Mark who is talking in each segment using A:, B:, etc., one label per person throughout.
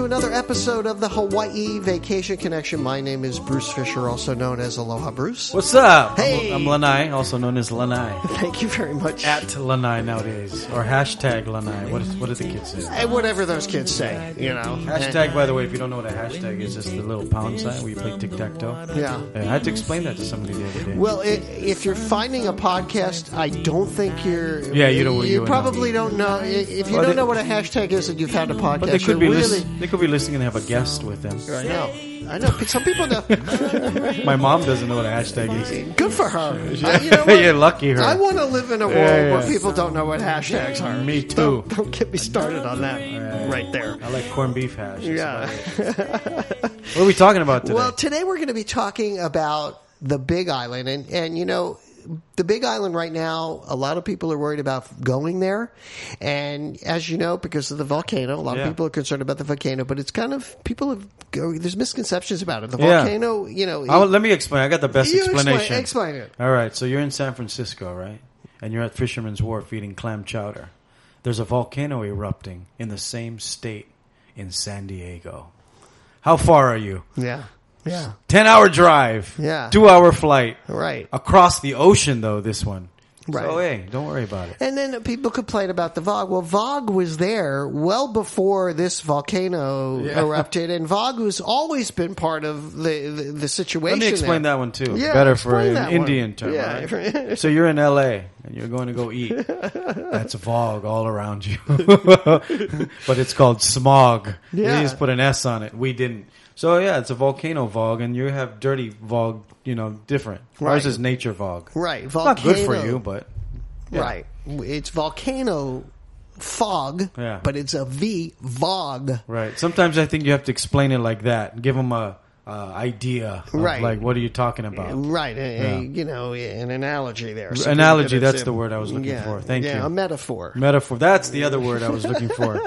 A: episode of the Hawaii Vacation Connection. My name is Bruce Fisher, also known as Aloha Bruce.
B: What's up?
A: Hey!
B: I'm, I'm Lanai, also known as Lanai.
A: Thank you very much.
B: At Lanai nowadays, or hashtag Lanai. What, is, what do the kids say?
A: And whatever those kids say, you know.
B: Hashtag, by the way, if you don't know what a hashtag is, it's the little pound sign where you play tic tac toe.
A: Yeah.
B: I had to explain that to somebody the other day.
A: Well, i if you're finding a podcast, I don't think you're.
B: Yeah, you don't- you
A: You
B: would
A: probably don't know I- if you
B: Well,
A: don't
B: they-
A: know what a hashtag is, and you found a podcast.
B: but they could, be
A: you're really.
B: lis- they could be listening and have a guest with them.
A: I know. I know. but Some people know.
B: My mom doesn't know what a hashtag is.
A: Good for her. Uh, you know what?
B: You're lucky, her.
A: I want to live in a world
B: yeah.
A: where people don't know what hashtags are.
B: Me too.
A: Don't, don't get me started on that right there.
B: I like corned beef hash. That's
A: Yeah.
B: about it. What are we talking about today?
A: Well, today we're going to be talking about the Big Island, and and you know. The Big Island right now, a lot of people are worried about going there. And as you know, because of the volcano, a lot
B: Yeah.
A: of people are concerned about the volcano, but it's kind of, people have, go, there's misconceptions about it. The
B: Yeah.
A: volcano, you know,
B: I will- let me explain. I got the best
A: You explain-
B: explanation.
A: explain it.
B: All right. So you're in San Francisco, right? And you're at Fisherman's Wharf eating clam chowder. There's a volcano erupting in the same state in San Diego. How far are you?
A: yeah, yeah,
B: 10 hour drive.
A: Yeah.
B: 2 hour flight.
A: right.
B: Across the ocean though this one.
A: Right.
B: So hey, don't worry about it.
A: And then people complain about the Vogue. Well, Vogue was there well before this volcano
B: Yeah.
A: erupted, and Vogue has always been part of the the, the
B: Let
A: situation.
B: me explain
A: there.
B: that one too.
A: Yeah,
B: Better for
A: explain
B: an
A: that one.
B: Indian term.
A: Yeah.
B: right? so you're in LA and you're going to go eat. That's fog all around you. but it's called smog.
A: Yeah.
B: They just put an S on it. We didn't. So yeah, it's a volcano fog and you have dirty fog, you know, different.
A: Right.
B: Ours is nature fog.
A: Right,
B: Not
A: volcano.
B: good for you, but yeah.
A: Right, it's volcano fog.
B: Yeah.
A: but it's a V Vogue.
B: Right. Sometimes I think you have to explain it like that. Give them a uh, idea. Of,
A: Right.
B: Like what are you talking about?
A: Right, a- a-
B: Yeah.
A: you know, an analogy there. Something
B: Analogy,
A: that it's
B: that's
A: a-
B: the word I was looking
A: yeah,
B: for. Thank
A: yeah,
B: you.
A: a metaphor.
B: Metaphor. That's the other word I was looking for.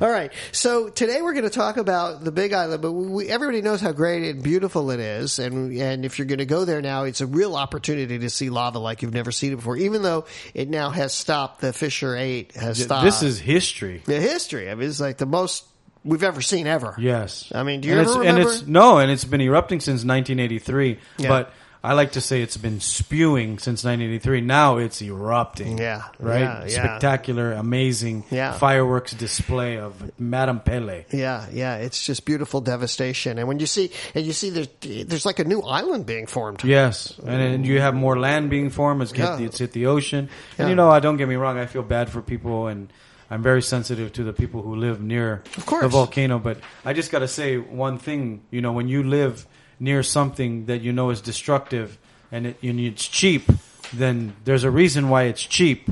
A: All right. So today we're going to talk about the Big Island, but we, we, everybody knows how great and beautiful it is. And, and if you're going to go there now, it's a real opportunity to see lava like you've never seen it before, even though it now has stopped. The Fisher 8 has stopped.
B: This is history.
A: the history. I mean, it's like the most we've ever seen ever.
B: Yes.
A: I mean, do you
B: and
A: ever
B: it's,
A: remember?
B: And it's, no, and it's been erupting since 1983.
A: Yeah.
B: But I like to say it's been spewing since 1983. Now it's erupting.
A: Yeah.
B: Right?
A: Yeah, yeah.
B: Spectacular, amazing
A: Yeah.
B: fireworks display of Madame Pele.
A: Yeah, yeah, it's just beautiful devastation. And when you see, and you see, there's, there's like a new island being formed.
B: Yes, and, and you have more land being formed. It's, hit,
A: Yeah.
B: the, it's hit the ocean.
A: Yeah.
B: And you know, I don't get me wrong. I feel bad for people, and I'm very sensitive to the people who live near
A: Of course.
B: the volcano. But I just got to say one thing. You know, when you live near something that you know is destructive and, it, and it's cheap, then there's a reason why it's cheap.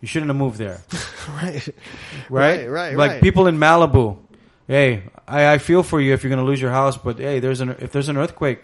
B: You shouldn't have moved there
A: Right,
B: right?
A: right,
B: Like
A: right.
B: people in Malibu. Hey, I, I feel for you if you're going to lose your house, but hey, there's an if there's an earthquake,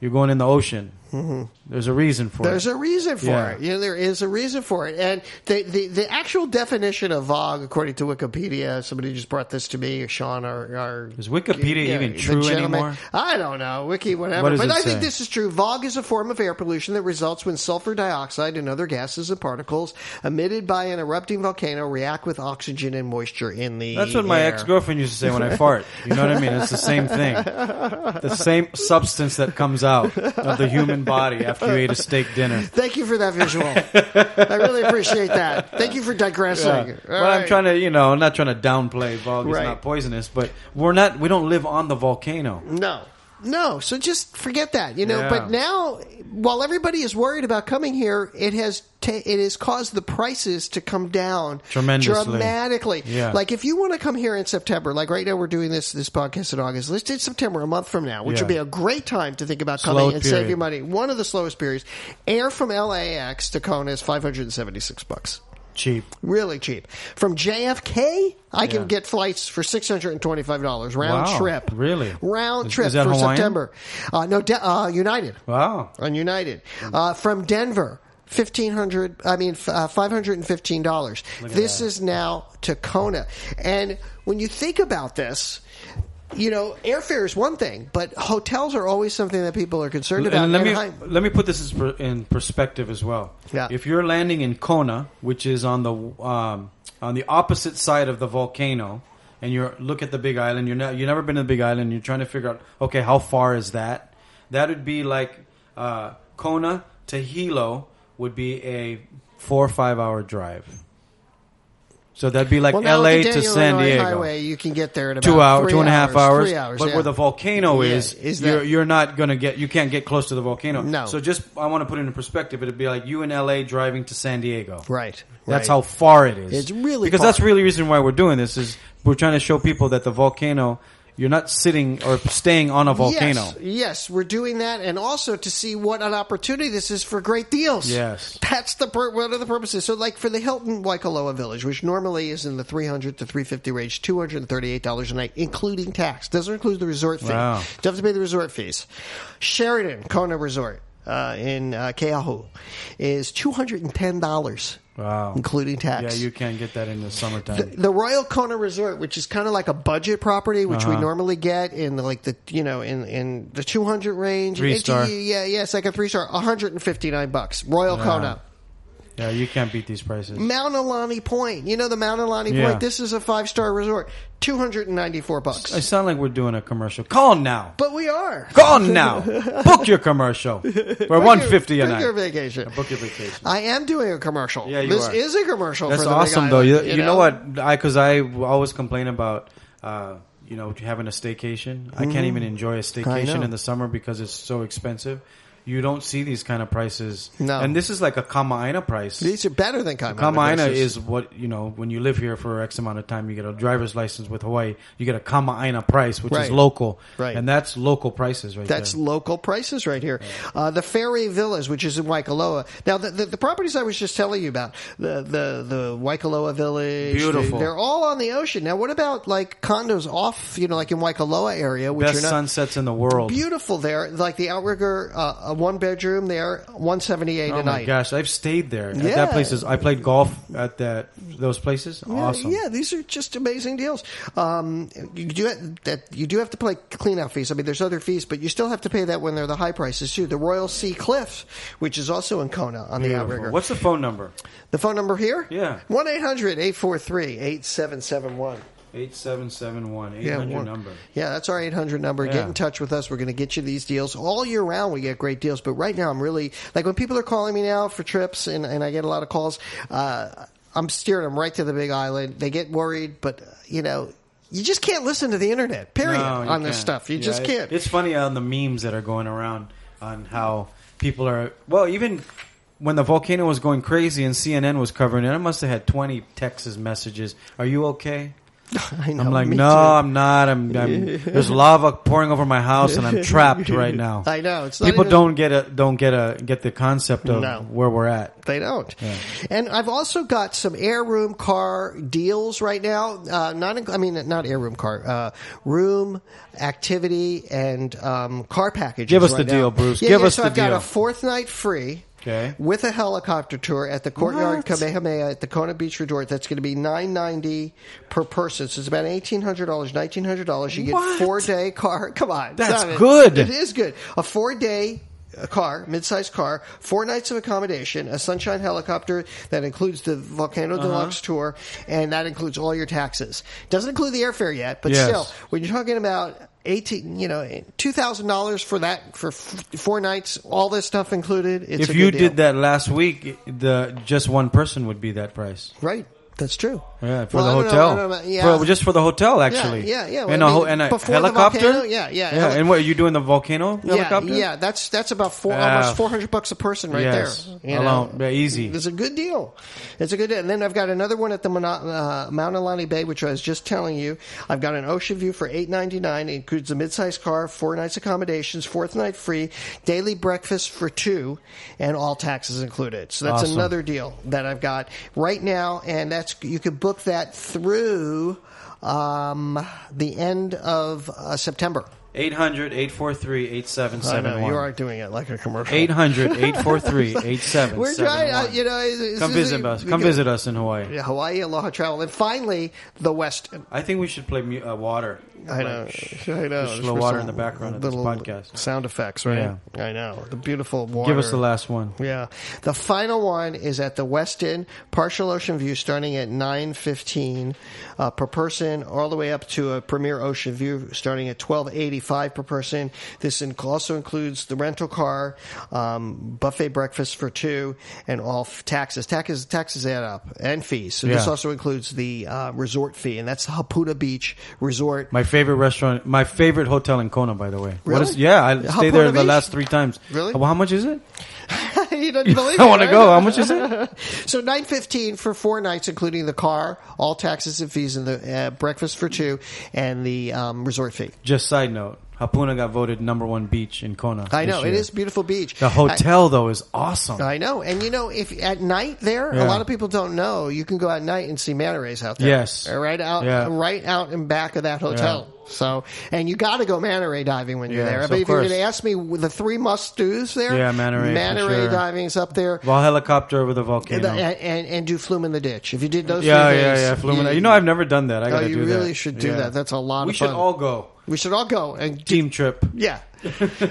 B: you're going in the ocean. Mm-hmm. There's a reason for
A: There's
B: it.
A: a reason for
B: Yeah.
A: it. You know, there is a reason for it. And the, the, the actual definition of Vogue, according to Wikipedia, somebody just brought this to me, Sean, our. our
B: Is Wikipedia
A: yeah,
B: even
A: the
B: true
A: gentleman.
B: anymore?
A: I don't know. Wiki, whatever.
B: What does
A: but
B: it
A: I think
B: say?
A: this is true. Vogue is a form of air pollution that results when sulfur dioxide and other gases and particles emitted by an erupting volcano react with oxygen and moisture in the
B: That's what my
A: air.
B: ex girlfriend used to say when I fart. You know what I mean? It's the same thing. The same substance that comes out of the human body after you ate a steak dinner.
A: Thank you for that visual. I really appreciate that. Thank you for digressing.
B: Yeah.
A: All
B: Well, I'm
A: right.
B: trying to, you know, I'm not trying to downplay Vogue. It's
A: Right.
B: not poisonous, but we're not, we don't live on the volcano.
A: No. No, so just forget that, you know.
B: Yeah.
A: But now, while everybody is worried about coming here, it has ta- it has caused the prices to come down
B: Tremendously.
A: dramatically.
B: Yeah.
A: Like if you want to come here in September, like right now we're doing this this podcast in August. Let's do September, a month from now, which
B: Yeah.
A: would be a great time to think about
B: Slow
A: coming and save
B: period.
A: your money. One of the slowest periods. Air from LAX to Kona is five hundred and seventy six bucks
B: Cheap.
A: really cheap. From JFK, I can
B: Yeah.
A: get flights for six hundred and twenty-five dollars round
B: Wow,
A: trip.
B: really?
A: round
B: Is-
A: trip
B: is that
A: for
B: Hawaiian?
A: September. Uh, no, De- uh, United
B: Wow.
A: on United uh, from Denver. Fifteen hundred, I mean, f- uh, five hundred and fifteen dollars.
B: at
A: This
B: that.
A: is now to Kona, and when you think about this, you know, airfare is one thing, but hotels are always something that people are concerned about.
B: And let me
A: Anaheim-
B: let me put this as per- in perspective as well.
A: Yeah.
B: If you're landing in Kona, which is on the um, on the opposite side of the volcano, and you look at the Big Island. You're not, you've never been to the Big Island. You're trying to figure out, okay, how far is that? That would be like uh, Kona to Hilo would be a four or five hour drive. So that'd be like
A: now with
B: L.A.
A: the
B: to
A: Daniel
B: San
A: Illinois
B: Diego
A: Highway, you can get there in about
B: two hour,
A: three
B: two and a half hours,
A: three hours.
B: But
A: yeah.
B: where the volcano
A: Yeah,
B: is,
A: is
B: you're,
A: that-
B: you're not gonna get. You can't get close to the volcano.
A: No.
B: So just I want to put it in perspective. It'd be like you in L.A. driving to San Diego.
A: right,
B: That's
A: right.
B: how far it is.
A: It's really
B: because
A: far.
B: that's really the reason why we're doing this is we're trying to show people that the volcano. You're not sitting or staying on a volcano.
A: Yes, yes, we're doing that, and also to see what an opportunity this is for great deals.
B: Yes.
A: that's the pur- one of the purposes. So, like for the Hilton Waikoloa Village, which normally is in the three hundred to three fifty range, two hundred and thirty eight dollars a night, including tax. Doesn't include the resort fee.
B: Wow.
A: You have to pay the resort fees. Sheridan Kona Resort uh, in uh, Keahu is two hundred and ten dollars,
B: Wow.
A: including
B: Yeah,
A: tax.
B: you can't get that in the summertime.
A: The Royal Kona Resort, which is kind of like a budget property, which
B: Uh-huh.
A: we normally get in the, like the you know in in the two hundred range,
B: Three
A: It's-
B: star.
A: yeah, yeah, it's like a three star, one hundred and fifty nine bucks. Royal Kona,
B: yeah, you can't beat these prices.
A: Mount Alani Point, you know the Mount Alani
B: Yeah.
A: Point. This is a five star resort, two hundred and ninety four
B: I
A: bucks.
B: sound like we're doing a commercial. Call now.
A: But we are
B: Call now. Book your commercial. We're one fifty a
A: Book your
B: night.
A: vacation.
B: Book your vacation.
A: I am doing a commercial.
B: Yeah, you
A: this
B: are.
A: is a commercial.
B: That's
A: for the Big
B: awesome, though.
A: Island,
B: You, you know? what? I because I always complain about uh, you know having a staycation. I can't even enjoy a staycation
A: Mm-hmm. know.
B: in the summer because it's so expensive. You don't see these kind of prices.
A: No.
B: and this is like a Kamaaina price.
A: These are better than Kaimana.
B: Kamaaina is what you know when you live here for X amount of time. You get a driver's license with Hawaii. You get a Kamaaina price, which is
A: Right.
B: local,
A: Right.
B: And that's local prices, right
A: That's
B: there.
A: local prices right here. Uh, the Ferry Villas, which is in Waikoloa. Now, the, the, the properties I was just telling you about, the the, the Waikoloa Village,
B: Beautiful.
A: They, are all on the ocean. Now, what about like condos off, you know, like in Waikoloa area, which
B: best
A: are not
B: sunsets in the world.
A: beautiful there, like the Outrigger, uh, a one bedroom there, one seventy eight
B: Oh
A: a
B: my
A: night.
B: gosh, I've stayed there. At
A: Yeah.
B: that places, I played golf at that those places.
A: Yeah,
B: Awesome.
A: Yeah, these are just amazing deals. Um, you do have, that. You do have to pay clean out fees. I mean, there's other fees, but you still have to pay that when they're the high prices too. The Royal Sea Cliffs, which is also in Kona on the
B: Beautiful.
A: outrigger.
B: What's the phone number?
A: The phone number here?
B: Yeah.
A: 1 800 843 8771.
B: Eight seven seven one eight
A: Yeah,
B: hundred
A: one-
B: number.
A: Yeah, that's our 800 number. Get
B: Yeah.
A: in touch with us. We're going to get you these deals. All year round, we get great deals. But right now, I'm really, like when people are calling me now for trips and, and I get a lot of calls, uh, I'm steering them right to the big island. They get worried, but, uh, you know, you just can't listen to the internet, period,
B: No, you
A: on this
B: can't.
A: stuff. You
B: Yeah,
A: just
B: it-
A: can't.
B: it's funny on the memes that are going around on how people are. Well, even when the volcano was going crazy and CNN was covering it, I must have had twenty Texas messages. Are you okay?
A: I know,
B: I'm like,
A: me
B: no,
A: too.
B: I'm not. I'm, I'm there's lava pouring over my house, and I'm trapped right now.
A: I know. It's not
B: People
A: even-
B: don't get a don't get a get the concept of
A: No.
B: where we're at.
A: They don't. And I've also got some air room car deals right now. Uh, not, in, I mean, not air room car, uh, room activity and um, car packages.
B: Give us
A: right
B: the deal,
A: now.
B: Bruce.
A: Yeah,
B: Give
A: yeah,
B: us
A: so
B: the
A: I've got
B: deal.
A: a fourth night free.
B: Okay.
A: With a helicopter tour at the Courtyard
B: What?
A: Kamehameha at the Kona Beach Resort, that's going to be nine ninety per person. So it's about eighteen hundred dollars, nineteen hundred dollars. You get
B: What?
A: four day car. Come on,
B: That's
A: stop it.
B: good.
A: It is good. A four day car, mid-sized car, four nights of accommodation, a sunshine helicopter that includes the Volcano
B: Uh-huh.
A: Deluxe tour, and that includes all your taxes. Doesn't include the airfare yet, but
B: Yes.
A: still, when you're talking about eighteen, you know, two thousand dollars for that for f- four nights, all this stuff included. It's
B: if
A: a
B: you
A: good deal.
B: did that last week, the just one person would be that price.
A: right, that's true.
B: Yeah, for
A: Well, I
B: the
A: don't know,
B: hotel.
A: I don't know, yeah.
B: For- just for the hotel, actually.
A: yeah, yeah. Well,
B: and,
A: I
B: a, ho-
A: mean,
B: and a
A: before the
B: helicopter.
A: volcano, yeah, yeah, heli-
B: and what are you doing? The volcano helicopter.
A: Yeah, yeah, that's that's about four,
B: Yeah.
A: almost four hundred bucks a person right
B: Yes.
A: there. You
B: Alone.
A: know?
B: Yeah, easy.
A: It's a good deal. It's a good deal. And then I've got another one at the Mono- uh, Mount Alani Bay, which I was just telling you. I've got an ocean view for eight ninety nine. It includes a midsize car, four nights accommodations, fourth night free, daily breakfast for two, and all taxes included. So that's
B: Awesome.
A: another deal that I've got right now, and that's you can book that through um, the end of uh, September.
B: 800 843
A: I know you
B: 8771.
A: aren't doing it like a commercial.
B: 800 843
A: We're trying, uh,
B: 8771.
A: you know. it's- it's-
B: Come visit us. Come visit us in Hawaii.
A: Yeah, Hawaii Aloha Travel, and finally the Westin.
B: I think we should play mu- uh, water.
A: I know, I know. There's
B: little water in the background of this
A: little
B: podcast.
A: Sound effects, right? I know the beautiful water.
B: Give us the last one.
A: Yeah, the final one is at the Westin, partial ocean view, starting at nine fifteen uh, per person, all the way up to a premier ocean view, starting at twelve eighty five per person. This in- also includes the rental car, um, buffet breakfast for two, and all f- taxes. Taxes taxes add up and fees. So this
B: Yeah.
A: also includes the uh, resort fee, and that's Haputa Beach Resort.
B: My favorite restaurant, my favorite hotel in Kona, by the way. What
A: Really?
B: is, yeah, I stayed there
A: Hakuna
B: the
A: Beach?
B: last three times.
A: Really?
B: Well, how much is it?
A: you don't believe
B: I
A: it,
B: want to
A: right?
B: go. How much is it?
A: So nine fifteen for four nights, including the car, all taxes and fees, and the uh, breakfast for two, and the um, resort fee.
B: Just side note, Hapuna got voted number one beach in Kona.
A: I
B: this
A: know it
B: year.
A: is a beautiful beach.
B: The hotel though is awesome.
A: I, I know, and you know, if at night there,
B: Yeah.
A: a lot of people don't know you can go at night and see manta rays out there.
B: Yes.
A: They're right out,
B: Yeah.
A: right out in back of that hotel. So, and you got to go manta ray diving when you're
B: Yes,
A: there. I
B: of
A: mean, if you're
B: course.
A: going to ask me the three must dos there,
B: Yeah, manta ray for
A: manta ray
B: sure.
A: diving's up there.
B: Well, helicopter over the volcano.
A: And, and, and do flume in the ditch. If you did those,
B: yeah,
A: three
B: yeah,
A: things,
B: yeah. Fluminense. You, know, I've never done that. I
A: Oh,
B: gotta
A: you
B: do that.
A: really should do
B: Yeah.
A: that. That's a lot
B: we
A: of
B: should
A: fun.
B: all go
A: we should all go and
B: team trip.
A: yeah,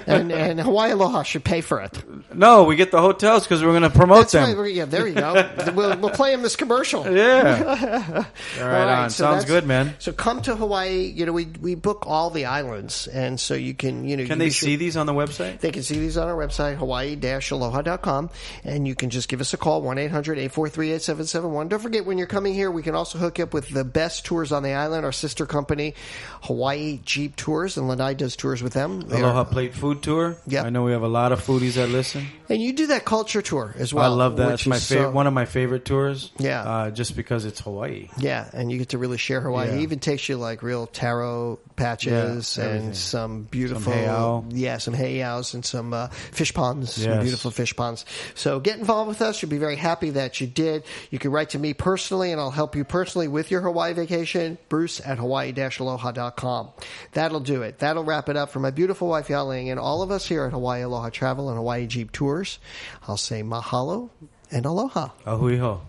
A: and and Hawaii Aloha should pay for it.
B: No, we get the hotels because we're gonna promote
A: That's right.
B: them.
A: We're, yeah, there you go. we'll, we'll play him this commercial.
B: Yeah. all right,
A: All right,
B: on.
A: so
B: Sounds
A: that's-
B: good, man.
A: So come to Hawaii. You know, we we book all the islands, and so you can you know
B: Can
A: you
B: they
A: should-
B: see these on the website?
A: They can see these on our website, hawaii-aloha.com, and you can just give us a call, 1-800-843-8771. Don't forget, when you're coming here, we can also hook you up with the best tours on the island, our sister company, Hawaii Jeep Tours, and Lanai does tours with them. They
B: Aloha
A: are-
B: Plate Food Tour.
A: Yep.
B: I know we have a lot of foodies that listen.
A: And you do that culture tour as well.
B: I love that.
A: which
B: It's my
A: is
B: favorite,
A: so-
B: one of my favorite tours.
A: Yeah.
B: Uh, just because it's Hawaii.
A: Yeah, and you get to really share Hawaii.
B: Yeah.
A: It even takes you like real taro patches
B: Yeah, everything.
A: and some beautiful,
B: heiau.
A: yeah, some heiaus and some uh, fish ponds, some
B: Yes.
A: beautiful fish ponds. So get involved with us. You'll be very happy that you did. You can write to me personally, and I'll help you personally with your Hawaii vacation. Bruce at hawaii-aloha.com. That'll do it. That'll wrap it up for my beautiful wife Yaling and all of us here at Hawaii Aloha Travel and Hawaii Jeep Tours. I'll say mahalo and aloha.
B: Ahuiho.